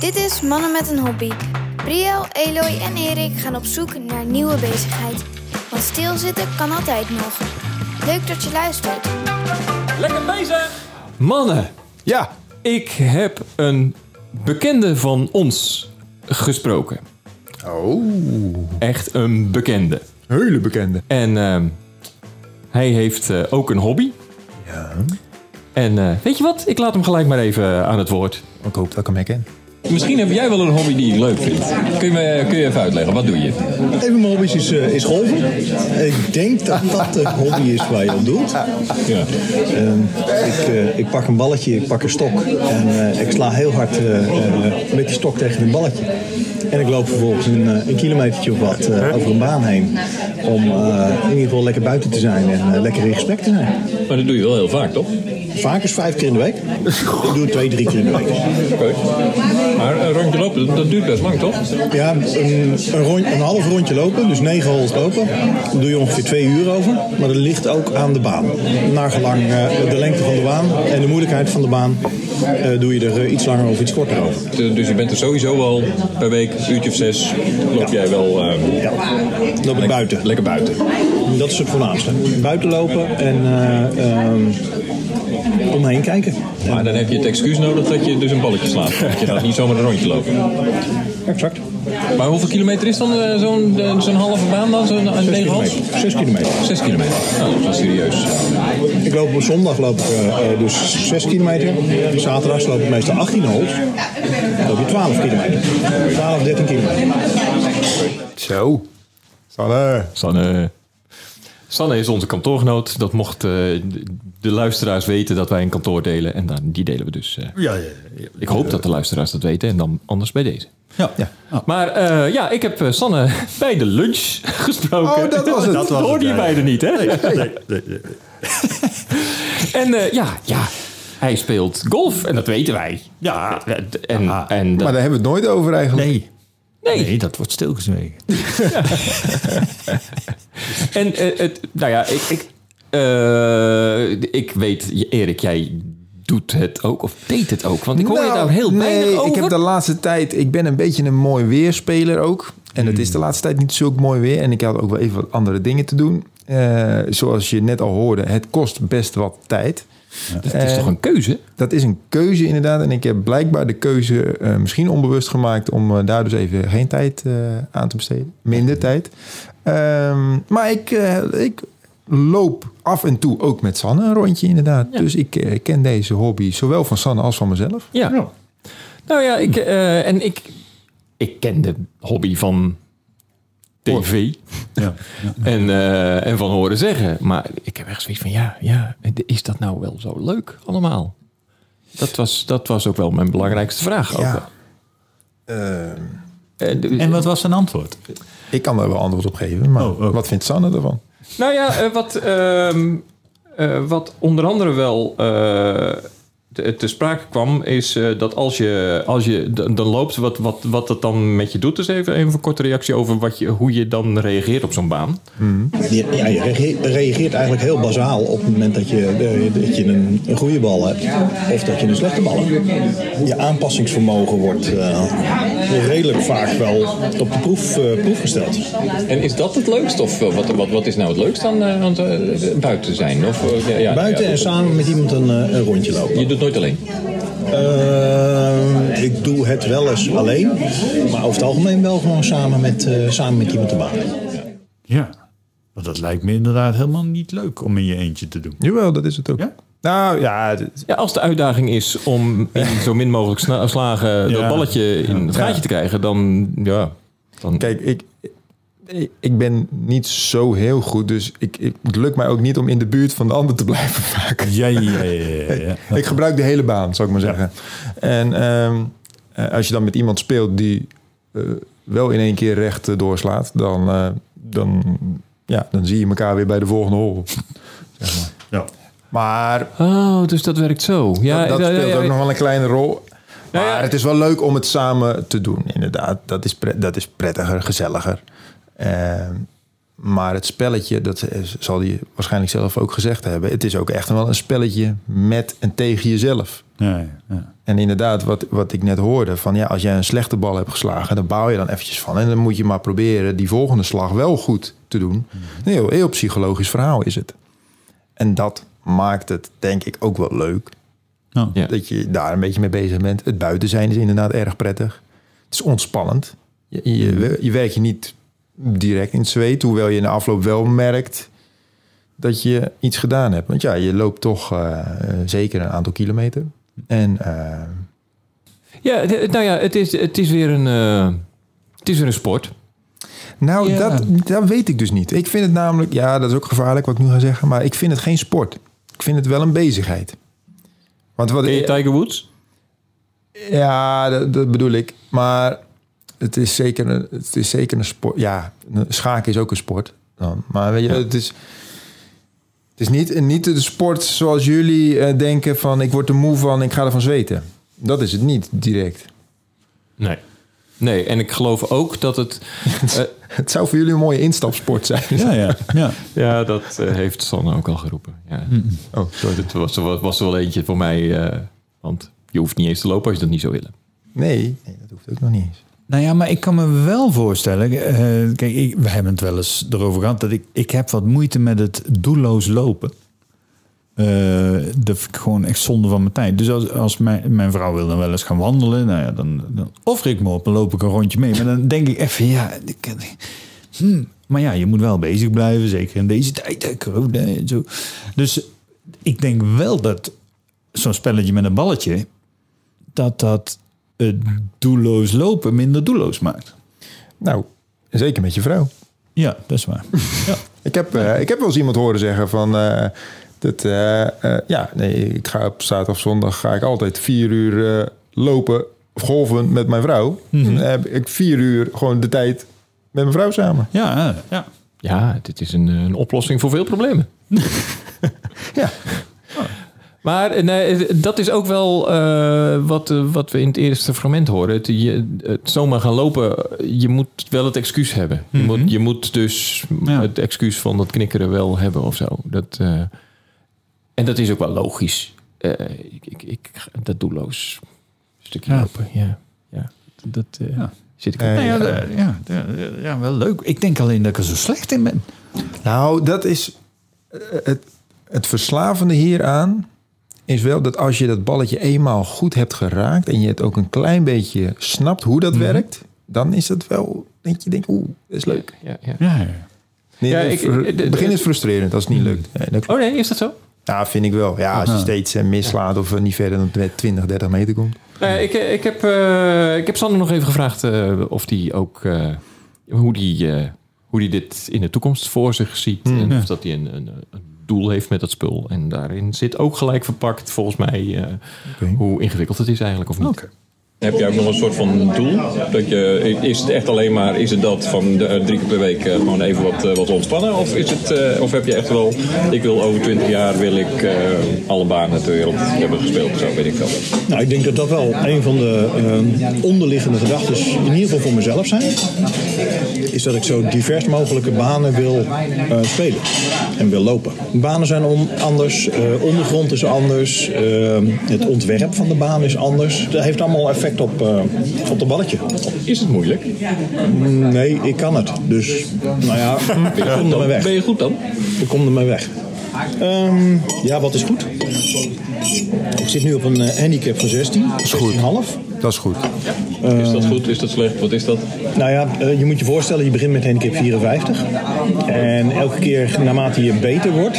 Dit is Mannen met een Hobby. Briel, Eloy en Erik gaan op zoek naar nieuwe bezigheid. Want stilzitten kan altijd nog. Leuk dat je luistert. Lekker bezig! Mannen, Ja, ik heb een bekende van ons gesproken. Oh. Echt een bekende. hele bekende. En ehm, hij heeft eh, ook een hobby. Ja. En eh, weet je wat? Ik laat hem gelijk maar even aan het woord. Ik hoop dat ik hem herken. Misschien heb jij wel een hobby die je leuk vindt. Kun je, me- kun je even uitleggen, wat doe je? Een van mijn hobby's is, eh, is golven. Ik denk dat dat de hobby is waar je op doet. Ja. Ehm, ik, eh, ik pak een balletje, ik pak een stok. En eh, ik sla heel hard eh, eh, met die stok tegen een balletje. En ik loop vervolgens een, eh, een kilometertje of wat eh, over een baan heen. Om eh, in ieder geval lekker buiten te zijn en eh, lekker in gesprek te zijn. Maar dat doe je wel heel vaak, toch? Vaak is vijf keer in de week. Ik doe het twee, drie keer in de week. Oké. Eh, Maar een rondje lopen, dat, dat duurt best lang, toch? Ja, een, een, rond, een half rondje lopen, dus negen holes lopen. Daar doe je ongeveer twee uur over. Maar dat ligt ook aan de baan. Naar gelang eh, de lengte van de baan en de moeilijkheid van de baan... eh, doe je er eh, iets langer of iets korter over. De- Dus je bent er sowieso al per week, een uurtje of zes, loop jij wel ehm, Ja, loop ik buiten. lekker buiten. Dat is het voornaamste. Buiten lopen en eh, ehm, omheen kijken. Maar dan heb je het excuus nodig dat je dus een balletje slaat. Want je gaat niet zomaar een rondje lopen. Exact. Maar hoeveel kilometer is dan eh, zo'n eh, zo'n halve baan dan? Zo'n een Zes negen hals? kilometer. Zes kilometer. Zes kilometer. Nou, dat is wel serieus. Ik loop op zondag loop ik, eh, eh, dus 6 kilometer. Zaterdags loop ik meestal 18 holes. Dan loop je 12 kilometer. 12, 13 kilometer. Zo. eh. Sanne. Sanne. Sanne is onze kantoorgenoot. Dat mocht eh, de luisteraars weten dat wij een kantoor delen. En dan, die delen we dus. eh. Ja, ja, ik hoop dat de luisteraars dat weten. En dan anders bij deze. ja. ja. Maar eh, ja, ik heb eh, Sanne bij de lunch gesproken. Oh, dat was het. Dat Dat was hoorde je het, ja. beiden niet, hè? Nee, nee, nee. En eh, ja, ja, hij speelt golf. En dat weten wij. Ja, En, en dat- Maar daar hebben we het nooit over eigenlijk. nee. nee. Nee, dat wordt stilgezwegen. En eh, het, nou ja, ik, ik, eh, ik weet, Erik, jij doet het ook of deed het ook. Want ik hoor je Nou, daar heel nee, weinig over. Ik heb de laatste tijd, ik ben een beetje een mooi weerspeler ook. En het is de laatste tijd niet zulk mooi weer. En ik had ook wel even wat andere dingen te doen. Eh, zoals je net al hoorde, het kost best wat tijd. Dat is Eh, toch een keuze? Dat is een keuze inderdaad. En ik heb blijkbaar de keuze eh, misschien onbewust gemaakt om eh, daar dus even geen tijd eh, aan te besteden. Minder tijd. Ehm, maar ik, eh, ik loop af en toe ook met Sanne een rondje inderdaad. Dus ik eh, ken deze hobby zowel van Sanne als van mezelf. Ja. Nou ja, ik, eh, en ik, ik ken de hobby van tv Ja. en, eh, en van horen zeggen. Maar ik heb echt zoiets van, ja, ja, is dat nou wel zo leuk allemaal? Dat was, dat was ook wel mijn belangrijkste vraag. Ook Ja. wel. En, En wat was zijn antwoord? Ik kan daar wel antwoord op geven, maar Oh, oh. wat vindt Sanne ervan? Nou ja, eh, wat, ehm, eh, wat onder andere wel eh, te, te sprake kwam, is eh, dat als je, als je d- dan loopt, wat, wat, wat dat dan met je doet. Dus even, even een korte reactie over wat je, hoe je dan reageert op zo'n baan. Je- Ja, je reage- reageert eigenlijk heel bazaal op het moment dat je, eh, dat je een, een goede bal hebt. Of dat je een slechte bal hebt. Je aanpassingsvermogen wordt eh, redelijk vaak wel op de proef, eh, proef gesteld. En is dat het leukst? Of eh, wat, wat, wat is nou het leukst aan, eh, aan het, eh, buiten zijn? Of, eh, ja, ja, Buiten ja, en samen met iemand een, eh, een rondje lopen. Je doet nooit alleen. Eh, ik doe het wel eens alleen, maar over het algemeen wel gewoon samen met, eh, samen met iemand te maken. Ja. Want dat lijkt me inderdaad helemaal niet leuk om in je eentje te doen. Jawel, dat is het ook. Ja? Nou ja, dit- Ja, als de uitdaging is om in zo min mogelijk sna- slagen dat Ja. balletje in het gaatje te krijgen, dan ja. Dan, kijk, ik, ik- ik ben niet zo heel goed, dus ik, ik, het lukt mij ook niet om in de buurt van de ander te blijven vaak. Ja, ja, ja, ja, ja. Ik gebruik de hele baan, zou ik maar zeggen. En ehm, eh, als je dan met iemand speelt die eh, wel in één keer recht eh, doorslaat, dan, eh, dan, ja, dan zie je elkaar weer bij de volgende hol. Ja. Maar Oh, dus dat werkt zo. Ja, dat, dat ja, ja, speelt ja. ook nog wel een kleine rol. Maar ja. het is wel leuk om het samen te doen, inderdaad. Dat is, pre- dat is prettiger, gezelliger. Ehm, maar het spelletje, dat is- zal hij waarschijnlijk zelf ook gezegd hebben... het is ook echt wel een spelletje met en tegen jezelf. Nee, ja. En inderdaad, wat, wat ik net hoorde, van ja, als jij een slechte bal hebt geslagen, dan bouw je dan eventjes van. En dan moet je maar proberen die volgende slag wel goed te Mm. doen. Een heel, heel psychologisch verhaal is het. En dat maakt het denk ik ook wel leuk. Nou, Ja. Dat je daar een beetje mee bezig bent. Het buiten zijn is inderdaad erg prettig. Het is ontspannend. Je, je, je werkt je niet direct in het zweet, hoewel je in de afloop wel merkt dat je iets gedaan hebt. Want ja, je loopt toch eh, eh, zeker een aantal kilometer. En eh, Ja, d- nou ja, het is, het is weer een... eh, het is weer een sport. nou, Ja. dat, dat weet ik dus niet. Ik vind het namelijk, ja, dat is ook gevaarlijk wat ik nu ga zeggen, maar ik vind het geen sport. Ik vind het wel een bezigheid. Want wat Ben je Eh, Tiger Woods? Ja, dat, dat bedoel ik. Maar het is zeker een, het is zeker een sport. Ja, een- schaken is ook een sport. Dan. Maar weet je, het is. Het is niet, niet de sport zoals jullie eh, denken van ik word er moe van, ik ga ervan zweten. Dat is het niet direct. Nee. Nee, en ik geloof ook dat het... eh, Het zou voor jullie een mooie instapsport zijn. ja, Nou ja, ja. ja, dat eh, heeft Sanne ook al geroepen. Ja. Oh, sorry. Dat was, was, was er wel eentje voor mij. eh, want je hoeft niet eens te lopen als je dat niet zou willen. Nee, nee, dat hoeft ook nog niet eens. Nou ja, maar ik kan me wel voorstellen. eh, kijk, ik, we hebben het wel eens erover gehad dat ik, ik heb wat moeite met het doelloos lopen. Eh, dat vind ik gewoon echt zonde van mijn tijd. Dus als, als mijn, mijn vrouw wil dan wel eens gaan wandelen, nou ja, dan, dan offer ik me op en loop ik een rondje mee. Maar dan denk ik even, ja, ik, hmm. maar ja, je moet wel bezig blijven, zeker in deze tijd, hè, corona en zo. Dus ik denk wel dat zo'n spelletje met een balletje, dat dat het doelloos lopen minder doelloos maakt. Nou, zeker met je vrouw. Ja, dat is waar. ja. Ik heb, eh, ik heb wel eens iemand horen zeggen van... eh, dat, eh, eh, ja, nee, ik ga op zaterdag of zondag ga ik altijd vier uur eh, lopen of golven met mijn vrouw. Mhm. Dan heb ik vier uur gewoon de tijd met mijn vrouw samen. Ja, ja. Ja, dit is een, eh, een oplossing voor veel problemen. Ja. Maar eh, nee, dat is ook wel eh, wat, eh, wat we in het eerste fragment horen. Het, je, het zomaar gaan lopen, je moet wel het excuus hebben. Je, moet, je moet dus Ja. het excuus van dat knikkeren wel hebben of zo. Dat, eh, en dat is ook wel logisch. Eh, ik, ik, ik, dat doelloos stukje Ja. lopen, ja. ja. Dat eh, Ja. zit ik Eh, Nou ja, de- ja, de- ja, wel leuk. Ik denk alleen dat ik er zo slecht in ben. Nou, dat is... eh, Het, het verslavende hieraan is wel dat als je dat balletje eenmaal goed hebt geraakt... en je het ook een klein beetje snapt hoe Mhm. dat werkt... dan is dat wel... dat je denkt, oeh, dat is leuk. Ja, ja. Ja, ja. Nee, Ja, het ik- eh, ver- ik- het begin is frustrerend als het niet lukt. Nee, dat klopt. Oh nee, is dat zo? Ja, vind ik wel. Ja, als je Ja. steeds eh, mislaat of eh, niet verder dan 20, 30 meter komt. Nou ja, ik, ik, heb, eh ik heb Sander nog even gevraagd eh, of die ook eh, hoe die, eh, hoe die dit in de toekomst voor zich ziet. en of dat hij een, een, een doel heeft met dat spul. En daarin zit ook gelijk verpakt, volgens mij, eh, hoe ingewikkeld het is eigenlijk of niet. Heb je ook nog een soort van doel? Dat je, is het echt alleen maar is het dat van de, eh, drie keer per week eh, gewoon even wat, eh, wat ontspannen? Of, is het, eh, of heb je echt wel, ik wil over twintig jaar wil ik eh, alle banen ter wereld hebben gespeeld, zo weet ik wel. Nou, ik denk dat dat wel een van de eh, onderliggende gedachten, in ieder geval voor mezelf zijn, is dat ik zo divers mogelijke banen wil eh, spelen en wil lopen. Banen zijn on- anders, eh, ondergrond is anders, eh, het ontwerp van de baan is anders. Dat heeft allemaal effect op, eh, op de balletje. Is het moeilijk? Nee, ik kan het. Dus, nou ja, ik kom ermee weg. Ben je goed dan? Ik kom ermee weg. Ehm, ja, wat is goed? Ik zit nu op een eh, handicap van 16, 16,5. Dat is goed. Is dat goed? Is dat slecht? Wat is dat? Nou ja, eh, je moet je voorstellen, je begint met handicap 54. En elke keer naarmate je beter wordt,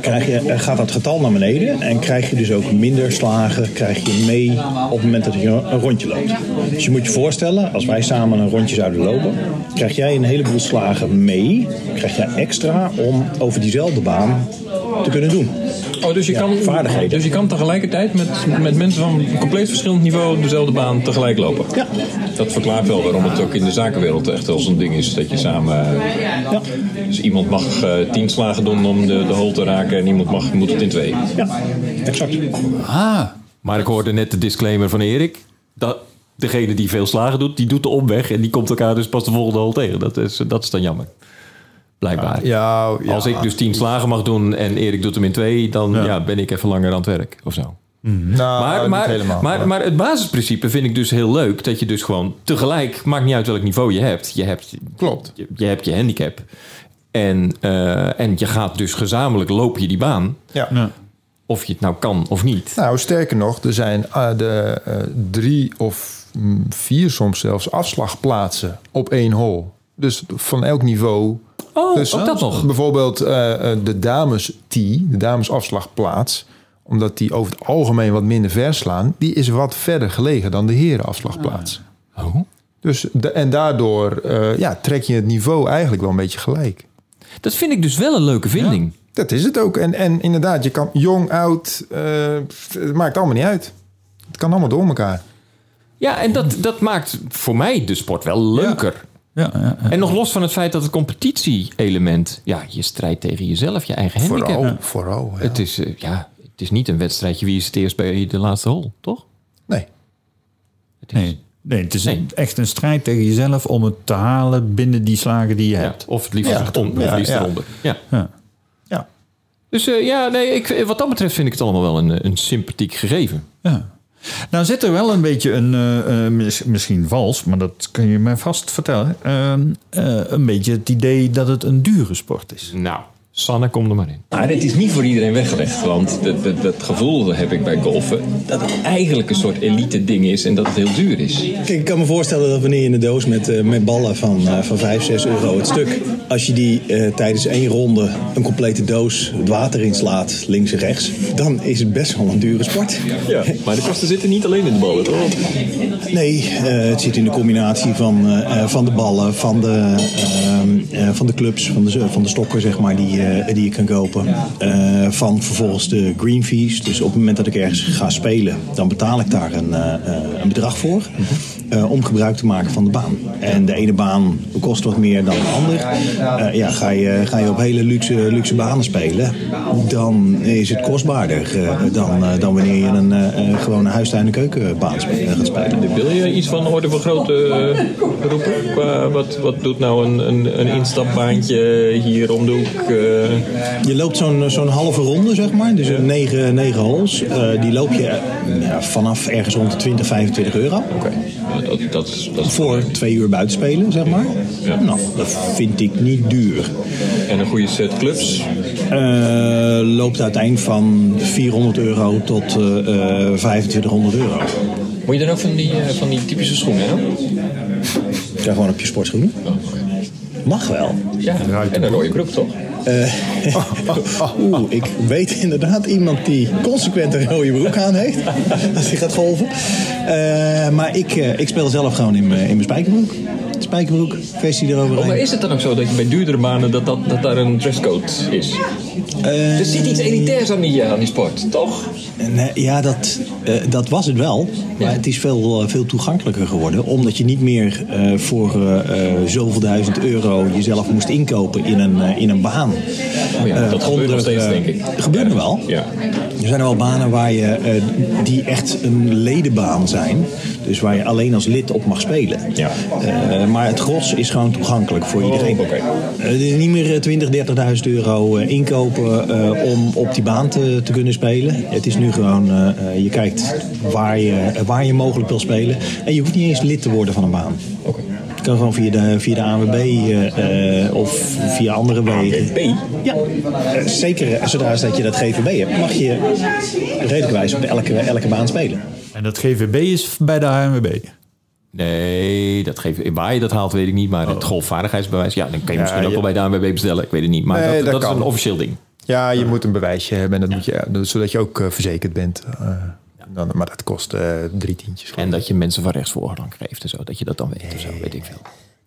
krijg je, eh, gaat dat getal naar beneden. En krijg je dus ook minder slagen, krijg je mee op het moment dat je een rondje loopt. Dus je moet je voorstellen, als wij samen een rondje zouden lopen, krijg jij een heleboel slagen mee. Krijg jij extra om over diezelfde baan te kunnen doen. Oh, dus je, Ja, kan, vaardigheden. dus je kan tegelijkertijd met, met mensen van een compleet verschillend niveau dezelfde baan tegelijk lopen. Ja. Dat verklaart wel waarom het ook in de zakenwereld echt wel zo'n ding is dat je samen. eh, Ja. Dus iemand mag eh, tien slagen doen om de, de hole te raken en iemand mag, moet het in twee. Ja, exact. Ah, Maar ik hoorde net de disclaimer van Erik. Dat degene die veel slagen doet, die doet de omweg. En die komt elkaar dus pas de volgende hal tegen. Dat is, eh, dat is dan jammer. Blijkbaar. Ja, ja. Als ik dus tien slagen mag doen en Erik doet hem in twee, dan ja. ben ik even langer aan het werk of zo. Nou, Maar, maar, niet helemaal. maar, maar het basisprincipe vind ik dus heel leuk. Dat je dus gewoon tegelijk, maakt niet uit welk niveau je hebt. Je hebt Klopt. je, je hebt je handicap. En, eh, en je gaat dus gezamenlijk loop je die baan. Ja. Ja. Of je het nou kan of niet. Nou, sterker nog, er zijn ah, de, eh, drie of mm, vier soms zelfs afslagplaatsen op één hol. Dus van elk niveau. Oh, dus ook dat nog. Bijvoorbeeld eh, eh, de dames T, de dames afslagplaats omdat die over het algemeen wat minder ver slaan, die is wat verder gelegen dan de heren afslagplaats. Oh. Dus da- en daardoor eh, ja, trek je het niveau eigenlijk wel een beetje gelijk. Dat vind ik dus wel een leuke vinding. Dat is het ook. En, en inderdaad, je kan jong, oud, eh, het maakt allemaal niet uit. Het kan allemaal door elkaar. Ja, en dat, dat maakt voor mij de sport wel leuker. Ja, ja, ja. En nog los van het feit dat het competitie-element... Ja, je strijdt tegen jezelf, je eigen handicap. Vooral, vooral. ja. Het, is, eh, ja, het is niet een wedstrijdje wie is het eerst bij de laatste hol, toch? Nee. Het is- Nee. nee, het is Nee. een- echt een strijd tegen jezelf om het te halen binnen die slagen die je Ja, hebt. of het liefst Ja, ja, om, ja, verlies ja. eronder. Ja. Ja. Ja. Dus eh, ja, nee, ik, wat dat betreft vind ik het allemaal wel een, eh, een sympathiek gegeven. Ja. Nou zit er wel een beetje een, eh, eh, mis- misschien vals, maar dat kun je mij vast vertellen. Ehm, eh, een beetje het idee dat het een dure sport is. Nou, Sanne, kom er maar in. Maar het Ah, is niet voor iedereen weggelegd. Want dat, dat, dat gevoel heb ik bij golfen. Dat het eigenlijk een soort elite ding is en dat het heel duur is. Kijk, ik kan me voorstellen dat wanneer je een doos met, eh, met ballen van, eh, van 5, 6 euro het stuk. Als je die eh, tijdens één ronde een complete doos het water inslaat, links en rechts. Dan is het best wel een dure sport. Ja, maar de kosten zitten niet alleen in de ballen, toch? Nee, eh, het zit in de combinatie van, eh, eh, van de ballen, van de, ehm, eh, van de clubs, van de, van de stokken zeg maar, die, eh, die je kan kopen. Eh, van vervolgens de green fees. Dus op het moment dat ik ergens ga spelen, dan betaal ik daar een, eh, eh, een bedrag voor. eh, om gebruik te maken van de baan. En de ene baan kost wat meer dan de ander. Eh, ja, ga, je, ga je op hele luxe, luxe banen spelen, dan is het kostbaarder eh, dan, eh, dan wanneer je een eh, eh, gewone huistuin- en keukenbaan spe- eh, gaat spelen. Wil je iets van orde van grootte eh, roepen? Qua wat, wat doet nou een, een, een instapbaantje hier om de hoek? eh? Je loopt zo'n zo'n halve ronde, zeg maar. Dus een negen, negen holes. Eh, die loop je eh, ja, vanaf ergens rond de 20, 25 euro. Oké, ja, dat, dat, is- dat is Voor twee uur buitenspelen, zeg maar. Ja. Nou, dat vind ik niet duur. En een goede set clubs. Eh, loopt uiteen van 400 euro tot eh, eh, 2500 euro. Moet je dan ook van die, eh, van die typische schoenen Oh, hebben? Ja, gewoon op je sportschoenen. Mag wel. Ja, en een rode broek toch? Oeh, ik weet inderdaad iemand die consequent een rode broek aan heeft. Als hij gaat golven. Eh, maar ik, eh, ik speel zelf gewoon in mijn in mijn spijkerbroek. Spijkerbroek, vestie Oh, maar eroverheen. is het dan ook zo dat je bij duurdere banen dat, dat, dat daar een dresscode is? Eh, Er zit iets elitairs aan die, eh, aan die sport, toch? nee, ja, dat, eh, dat was het wel. Maar het is veel, eh, veel toegankelijker geworden. Omdat je niet meer eh, voor eh, eh, zoveel duizend euro jezelf moest inkopen in een, eh, in een baan. Oh ja, Eh, dat gebeurt nog steeds, eh, denk ik. Gebeurt er wel. Ja. Er zijn er wel banen waar je, eh, die echt een ledenbaan zijn. Dus waar je alleen als lid op mag spelen. Ja. Eh, maar het gros is gewoon toegankelijk voor iedereen. oké. Eh, Het is niet meer eh, 20, 30.000 euro eh, inkopen eh, om op die baan te, te kunnen spelen. Het is nu gewoon, eh, eh, je kijkt waar je, eh, waar je mogelijk wil spelen. En je hoeft niet eens lid te worden van een baan. Oké. Je kan gewoon via de, via de ANWB eh, eh, of via andere wegen. B? Ja, eh, zeker zodra als dat je dat GVB hebt, mag je redelijkwijs op elke, elke baan spelen. En dat GVB is bij de HNWB. Nee, dat geeft, waar je dat haalt weet ik niet. Maar het golfvaardigheidsbewijs, ja, dan kan je misschien ook Oh. ja. wel bij de ANWB bestellen. Ik weet het niet, maar Nee, dat, dat dat, is kan. een officieel ding. Ja, je moet een bewijsje hebben. En dat moet je, dat- zodat je ook eh, verzekerd bent. Eh, dan, maar dat kost eh, drie tientjes. En dat je mensen van rechts voorrang geeft en zo. Dat je dat dan weet of zo, weet ik veel.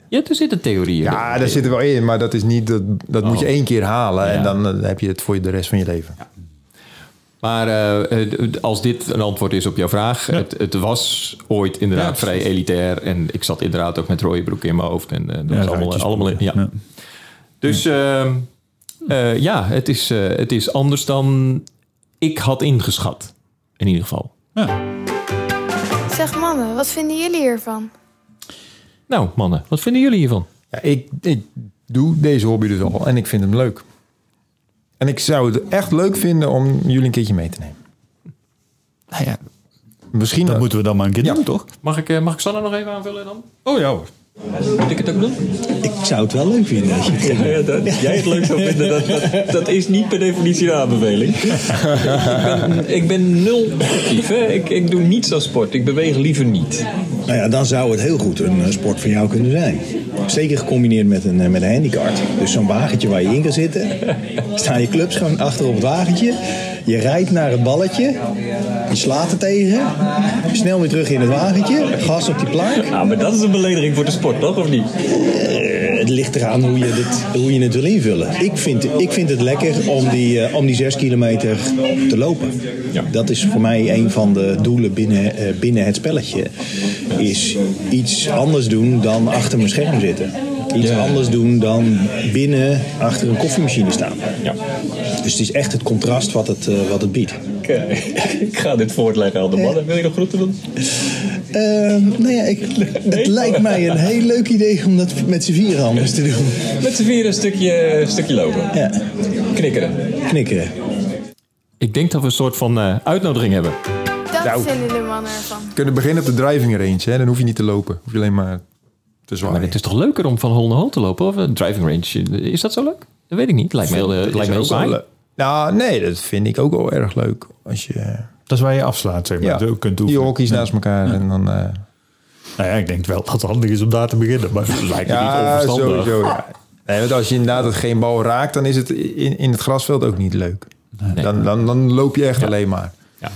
Ja, er zitten theorieën ja, in. daar zit er wel in. Maar dat, is niet, dat, dat moet je één keer halen. Ja. En dan eh, heb je het voor je de rest van je leven. Maar eh, eh, d- als dit een antwoord is op jouw vraag. Het, het was ooit inderdaad Ja, vrij elitair. En ik zat inderdaad ook met rode broek in mijn hoofd. En eh, dat was allemaal... ruitjes. allemaal ja. Ja. Dus ehm, eh, ja, het is, eh, het is anders dan ik had ingeschat. In ieder geval. Zeg mannen, wat vinden jullie hiervan? Nou mannen, wat vinden jullie hiervan? Ja, ik, ik doe deze hobby dus al. En ik vind hem leuk. En ik zou het echt leuk vinden om jullie een keertje mee te nemen. Nou ja, Misschien dat ook. moeten we dan maar een keer doen, toch? Mag ik, eh, mag ik Sanne nog even aanvullen dan? Oh ja hoor. Moet ik het ook doen? Ik zou het wel leuk vinden. Als je het ging. Ja, dat jij het leuk zou vinden, dat, dat, dat is niet per definitie een aanbeveling. ik, ben, ik ben nul sportief. Hè. Ik, ik doe niets aan sport. Ik beweeg liever niet. Nou ja, dan zou het heel goed een eh, sport voor jou kunnen zijn. Zeker gecombineerd met een, eh, met een handicart. Dus zo'n wagentje waar je in kan zitten. Staan je clubs gewoon achter op het wagentje. Je rijdt naar het balletje. Je slaat er tegen. Snel weer terug in het wagentje. Gas op die plank. Nou, maar dat is een belediging voor de sport, toch? Of niet? Eh, het ligt eraan hoe je, dit, hoe je het wil invullen. Ik vind, ik vind het lekker om die, eh, om die zes kilometer te lopen. Ja. Dat is voor mij een van de doelen binnen, eh, binnen het spelletje. Is iets anders doen dan achter mijn scherm zitten. Iets Ja. anders doen dan binnen achter een koffiemachine staan. Ja. Dus het is echt het contrast wat het, eh, wat het biedt. Ik, eh, ik ga dit voortleggen aan de mannen. Wil je nog groeten doen? Eh, nou ja, ik, het lijkt mij een heel leuk idee om dat met z'n vieren anders te doen. Met z'n vieren een stukje, stukje lopen. Ja, Knikkeren. knikkeren. Ik denk dat we een soort van eh, uitnodiging hebben. Dat vinden de mannen ervan. We kunnen beginnen op de driving range. Hè? Dan hoef je niet te lopen. Hoef je alleen maar te Maar zwaaien. het is toch leuker om van hol naar hol te lopen? Of een driving range? Is dat zo leuk? Dat weet ik niet. Lijkt me heel, eh, lijkt me heel Is ook saai. wel le- Nou, nee, dat vind ik ook wel erg leuk. Als je Dat is waar je afslaat, zeg maar. ja, Dat je ook kunt die oefenen. hockeys naast elkaar en dan... eh, Nou ja, ik denk wel dat het handig is om daar te beginnen. Maar het lijkt me niet ja, onverstandig. sowieso. Ja. Nee, want als je inderdaad het geen bal raakt, dan is het in, in het grasveld ook niet leuk. Dan, dan, dan loop je echt alleen maar. Ja.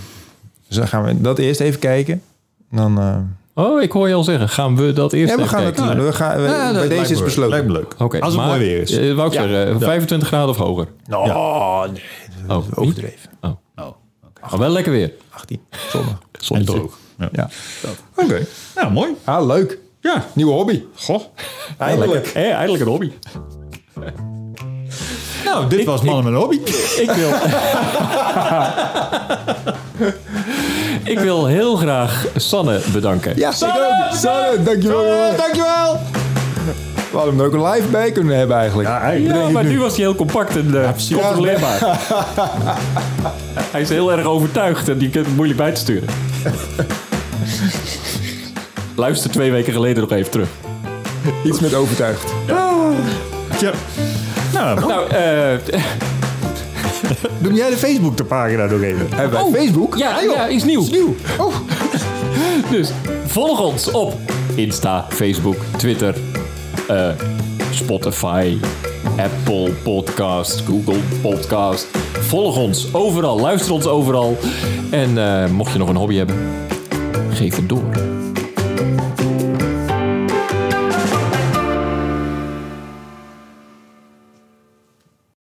Dus dan gaan we dat eerst even kijken. Dan, eh, Oh, ik hoor je al zeggen. Gaan we dat eerst ja, we even gaan het kijken? doen. We gaan, we- Ja, dat bij lijkt deze me- is besloten. Lijkt me leuk. Oké, Als het maar, mooi weer is. eh, wou ik zeggen, eh, 25 graden of hoger. Nou, nee, dat Oh, is overdreven. Maar wel lekker weer. 18, zondag. Dus, En droog. Ja. Ja. Oké. Ja, Nou, mooi. Ah, leuk. Ja. Nieuwe hobby. Goh. Eindelijk. Hé, eindelijk een hobby. Nou, dit was Mannen met een Hobby. Ik wil... ik wil heel graag Sanne bedanken. Ja, Sanne, Sanne, dankjewel. jongen. dankjewel. We hadden hem er ook een live bij kunnen hebben eigenlijk. Ja, maar nu was hij heel compact en eh, controleerbaar. hij is heel erg overtuigd en die kunt hem moeilijk bij te sturen. Luister twee weken geleden nog even terug. Iets met overtuigd. Ja. Nou, Nou, eh, doe jij de Facebook de pagina nog even. Hebben wij Facebook? Oh, Ah, ja, joh. ja, is nieuw. Is nieuw. Oh. Dus volg ons op Insta, Facebook, Twitter, eh, Spotify, Apple Podcast, Google Podcast. Volg ons overal, luister ons overal. En eh, mocht je nog een hobby hebben, geef het door.